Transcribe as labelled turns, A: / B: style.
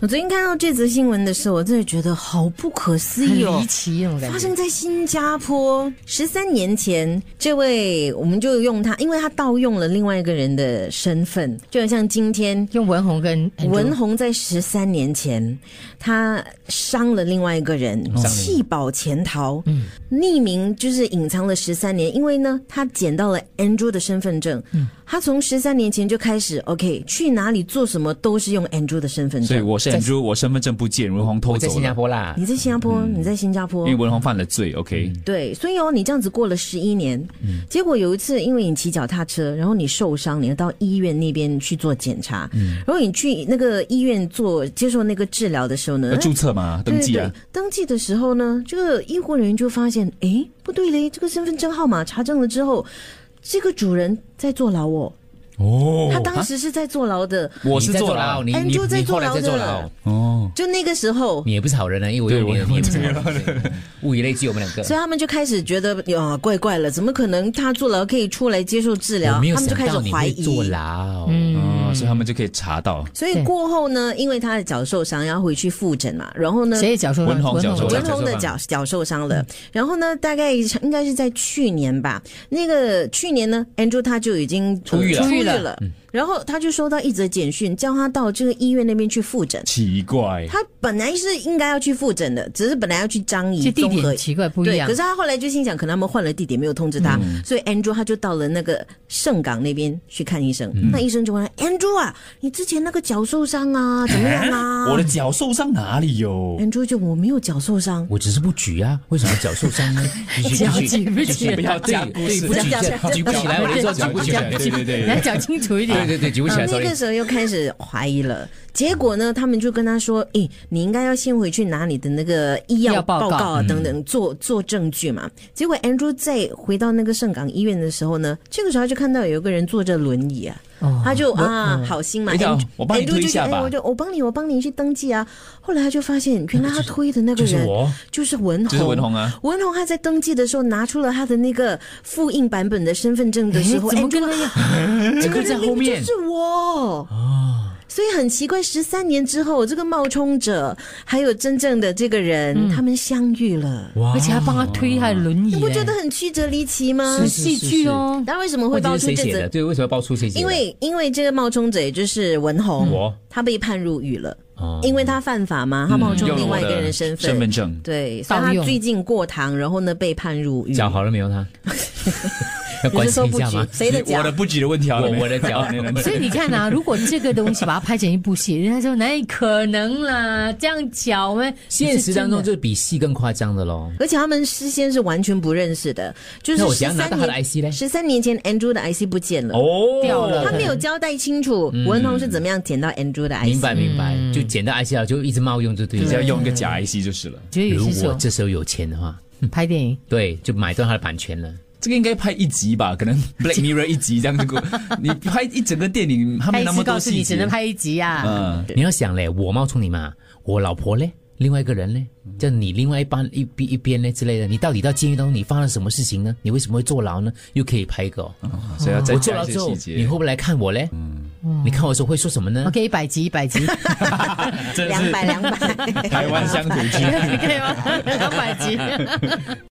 A: 我昨天看到这则新闻的时候，我真的觉得好不可思
B: 很
A: 议哦
B: 离！奇那种感
A: 发
B: 觉
A: 生。在新加坡十三年前，这位我们就用他，因为他盗用了另外一个人的身份，就很像今天
B: 用文红跟
A: 文宏在十三年前，他伤了另外一个人，弃保潜逃，匿名就是隐藏了十三年。因为呢，他捡到了 Andrew 的身份证，他从十三年前就开始 OK 去哪里做什么都是用 Andrew 的身份
C: 所以
A: 证。
C: 我是 Andrew，我身份证不见，文宏偷
B: 我在
C: 走
B: 新加
C: 了，
B: 坡啦，
A: 你在新加坡，你在新加坡，
C: 嗯因为文宏犯了罪。OK，
B: 嗯
A: 对，所以哦，你这样子过了十一年，
C: 嗯
A: 结果有一次，因为你骑脚踏车，然后你受伤，你要到医院那边去做检查，
C: 嗯
A: 然后你去那个医院做接受那个治疗的时候呢
C: 要，注册
B: 嗯
C: 嘛，登记
A: 对
C: 啊
A: 对，对登记的时候呢，这个医护人员就发现，诶，不对嘞，这个身份证号码查证了之后，这个主人在坐牢哦，
C: 哦
A: 他当时是在坐牢的，
C: 啊我
B: 你
C: 是
B: 在啊
C: 坐
B: 坐
C: 牢
B: 牢，你
A: 哎
B: 你
A: 就在
B: 你后来
A: 坐牢
B: 在坐
A: 的
B: 牢，
C: 哦，
A: 就那个时候。
B: 你也不是好人啊，因为
C: 对
B: 我用你
C: 我
B: 的，你也不是好人，对物以类聚，我们两
A: 所以
B: 个。
A: 他们就开始觉得啊，怪怪了，怎么可能他坐牢可以出来接受治疗
B: 我？没有
A: 啊他们就
B: 想
A: 开始
B: 到你
A: 怀
B: 会
A: 疑。
B: 坐牢，
C: 嗯，所以他们就可以查到。
A: 所以
B: 对
A: 过后呢，因为他的脚受伤，要回去复诊嘛。然后呢，
B: 谁脚受伤？
C: 文红脚受伤
A: 呃文宏的脚脚受伤
B: 嗯
A: 了。然后呢，大概应该是在去年吧。那个去年呢，Andrew 他就已经呃
B: 出狱了嗯
A: 出狱
B: 出狱
A: 了。然后他就收到一则简讯，叫他到这个医院那边去复诊。
C: 奇怪，
A: 他本来是应该要去复诊的，只是本来要去张
B: 这
A: 仪
B: 地
A: 综合
B: 点奇怪不一
A: 对，
B: 样嗯
A: 可是。他后来就心想，可能他们换了地点，没有通知他，所以 Andrew 他就到了那个盛港那边去看医生。
B: 嗯
A: 那医生就问他：“Andrew 啊，你之前那个脚受伤啊，怎么样 啊？”
C: 我的脚受伤哪里有？
B: 嗯
A: Andrew 就我没有脚受伤，
B: 我只是不举啊，为什么脚受伤呢？继续脚继续举不继续起
C: 不要
B: 对
C: 讲故
B: 对
C: 事
B: 不举
A: 讲
B: 这
A: 讲
B: 举不起来，我就说
C: 讲
B: 举不起来，
C: 讲对对对
B: 你要讲清楚一点。对对对，举不起
A: 啊，那
B: 来，sorry
A: 个。时候又开始怀疑了。结果呢，他们就跟他说：“诶，你应该要先回去拿你的那个医
B: 医药
A: 药
B: 报
A: 报
B: 告
A: 告啊等
C: 嗯
A: 等做做证据嘛。”结果 Andrew 在回到那个盛港医院的时候呢，这个时候就看到有一个人坐着轮椅啊，
C: 哦
A: 他就啊好心嘛
C: 嗯哎等一下
A: ，Andrew
C: 我帮你
A: Andrew
C: 推一
A: 就
C: 下
A: 哎
C: 吧
A: 我就我帮你，我帮你去登记啊。后来他就发现，原来他推的那个
C: 就是
A: 人
C: 我
A: 就是文宏，
C: 就是文宏啊。
A: 文宏他在登记的时候拿出了他的那个复印版本的身份证的时候，
B: 哎诶怎么
A: Andrew
B: 跟那样？这
A: 哎这
B: 个
A: 个
B: 在
A: 人
B: 后
A: 明明
B: 面
A: 就，是我所以很奇怪，十三年之后，这个冒充者还有真正的这个人，他们相遇了，
B: 而且还帮他推他的轮椅，
A: 你不
B: 哎
A: 觉得很曲折离奇吗？
B: 很戏剧哦？
A: 那为什么会
B: 问
A: 爆
B: 题
A: 出
B: 是
A: 这
B: 谁写的？
A: 则？
B: 对，为什么要爆出谁写的？
A: 因为因为这个冒充者也就是文宏，
C: 我
A: 他被判入狱了，
B: 哦
A: 因为他犯法嘛，他冒充
C: 用了
A: 另
C: 我
A: 外一个人
C: 的
A: 的身份。
C: 身份证，
A: 对，所以
B: 盗
A: 他
B: 用
A: 最近过堂，然后呢被判入狱。
B: 脚好了没 有他？要
A: 你
B: 关
A: 是说
B: 心一
A: 不
B: 下
A: 举
B: 吗？
A: 谁的脚
C: 我？的不举的问题啊好了没
B: 我我的 脚
C: 好你的
B: 所以你看啊，如果这个东西把它拍成一部戏，人家说哪里可能啦？这样讲我们
D: 现实当中
B: 是真的
D: 就是比戏更夸张的喽。
A: 而且他们事先是完全不认识的，就是
D: 那我
A: 十
D: 怎样拿
A: 三
D: 到他的
A: 年
D: IC 嘞
A: 十三年前 Andrew 的 IC 不见了。
C: 哦
B: 掉了
A: 他没有交代清楚文宏是怎么样捡到 Andrew 的 IC。
D: 嗯明
C: 嗯
D: 白明白，就捡到 IC 了，就一直冒用就对
C: 你只要
D: 了。
C: 用一个
B: 嗯
C: 假 IC 就是了。
B: 觉得有
D: 如
B: 些时
D: 果
B: 候
D: 这时候有钱的话，
B: 拍电影，
D: 对，就买断他的版权了。
C: 这个应该拍一集吧，可能 Black Mirror 一集这样子够。你拍一整个电影，他
B: 他
C: 没
B: 一
C: 那
B: 次
C: 么
B: 告
C: 多
B: 诉
C: 细
B: 你只
C: 节
B: 能。拍一集啊。
C: 嗯，
D: 你要想嘞，我冒充你嘛，我老婆嘞，另外一个人嘞，叫你另外一班一边一边嘞之类的，你到底到监狱当中你发生什么事情呢？你为什么会坐牢呢？又可以拍一个、哦，
B: 嗯
C: 所以要嗯再
D: 我坐
C: 加
D: 牢
C: 一些
D: 之
C: 细
D: 后，你
C: 节嗯
D: 会。不会来看我嘞？你看我的时候会说什么呢？
B: OK，一百集，一 百集，
C: 真
A: 两
C: 是
A: 百两百。
C: 台湾乡土剧。
B: 可以吗？两百集。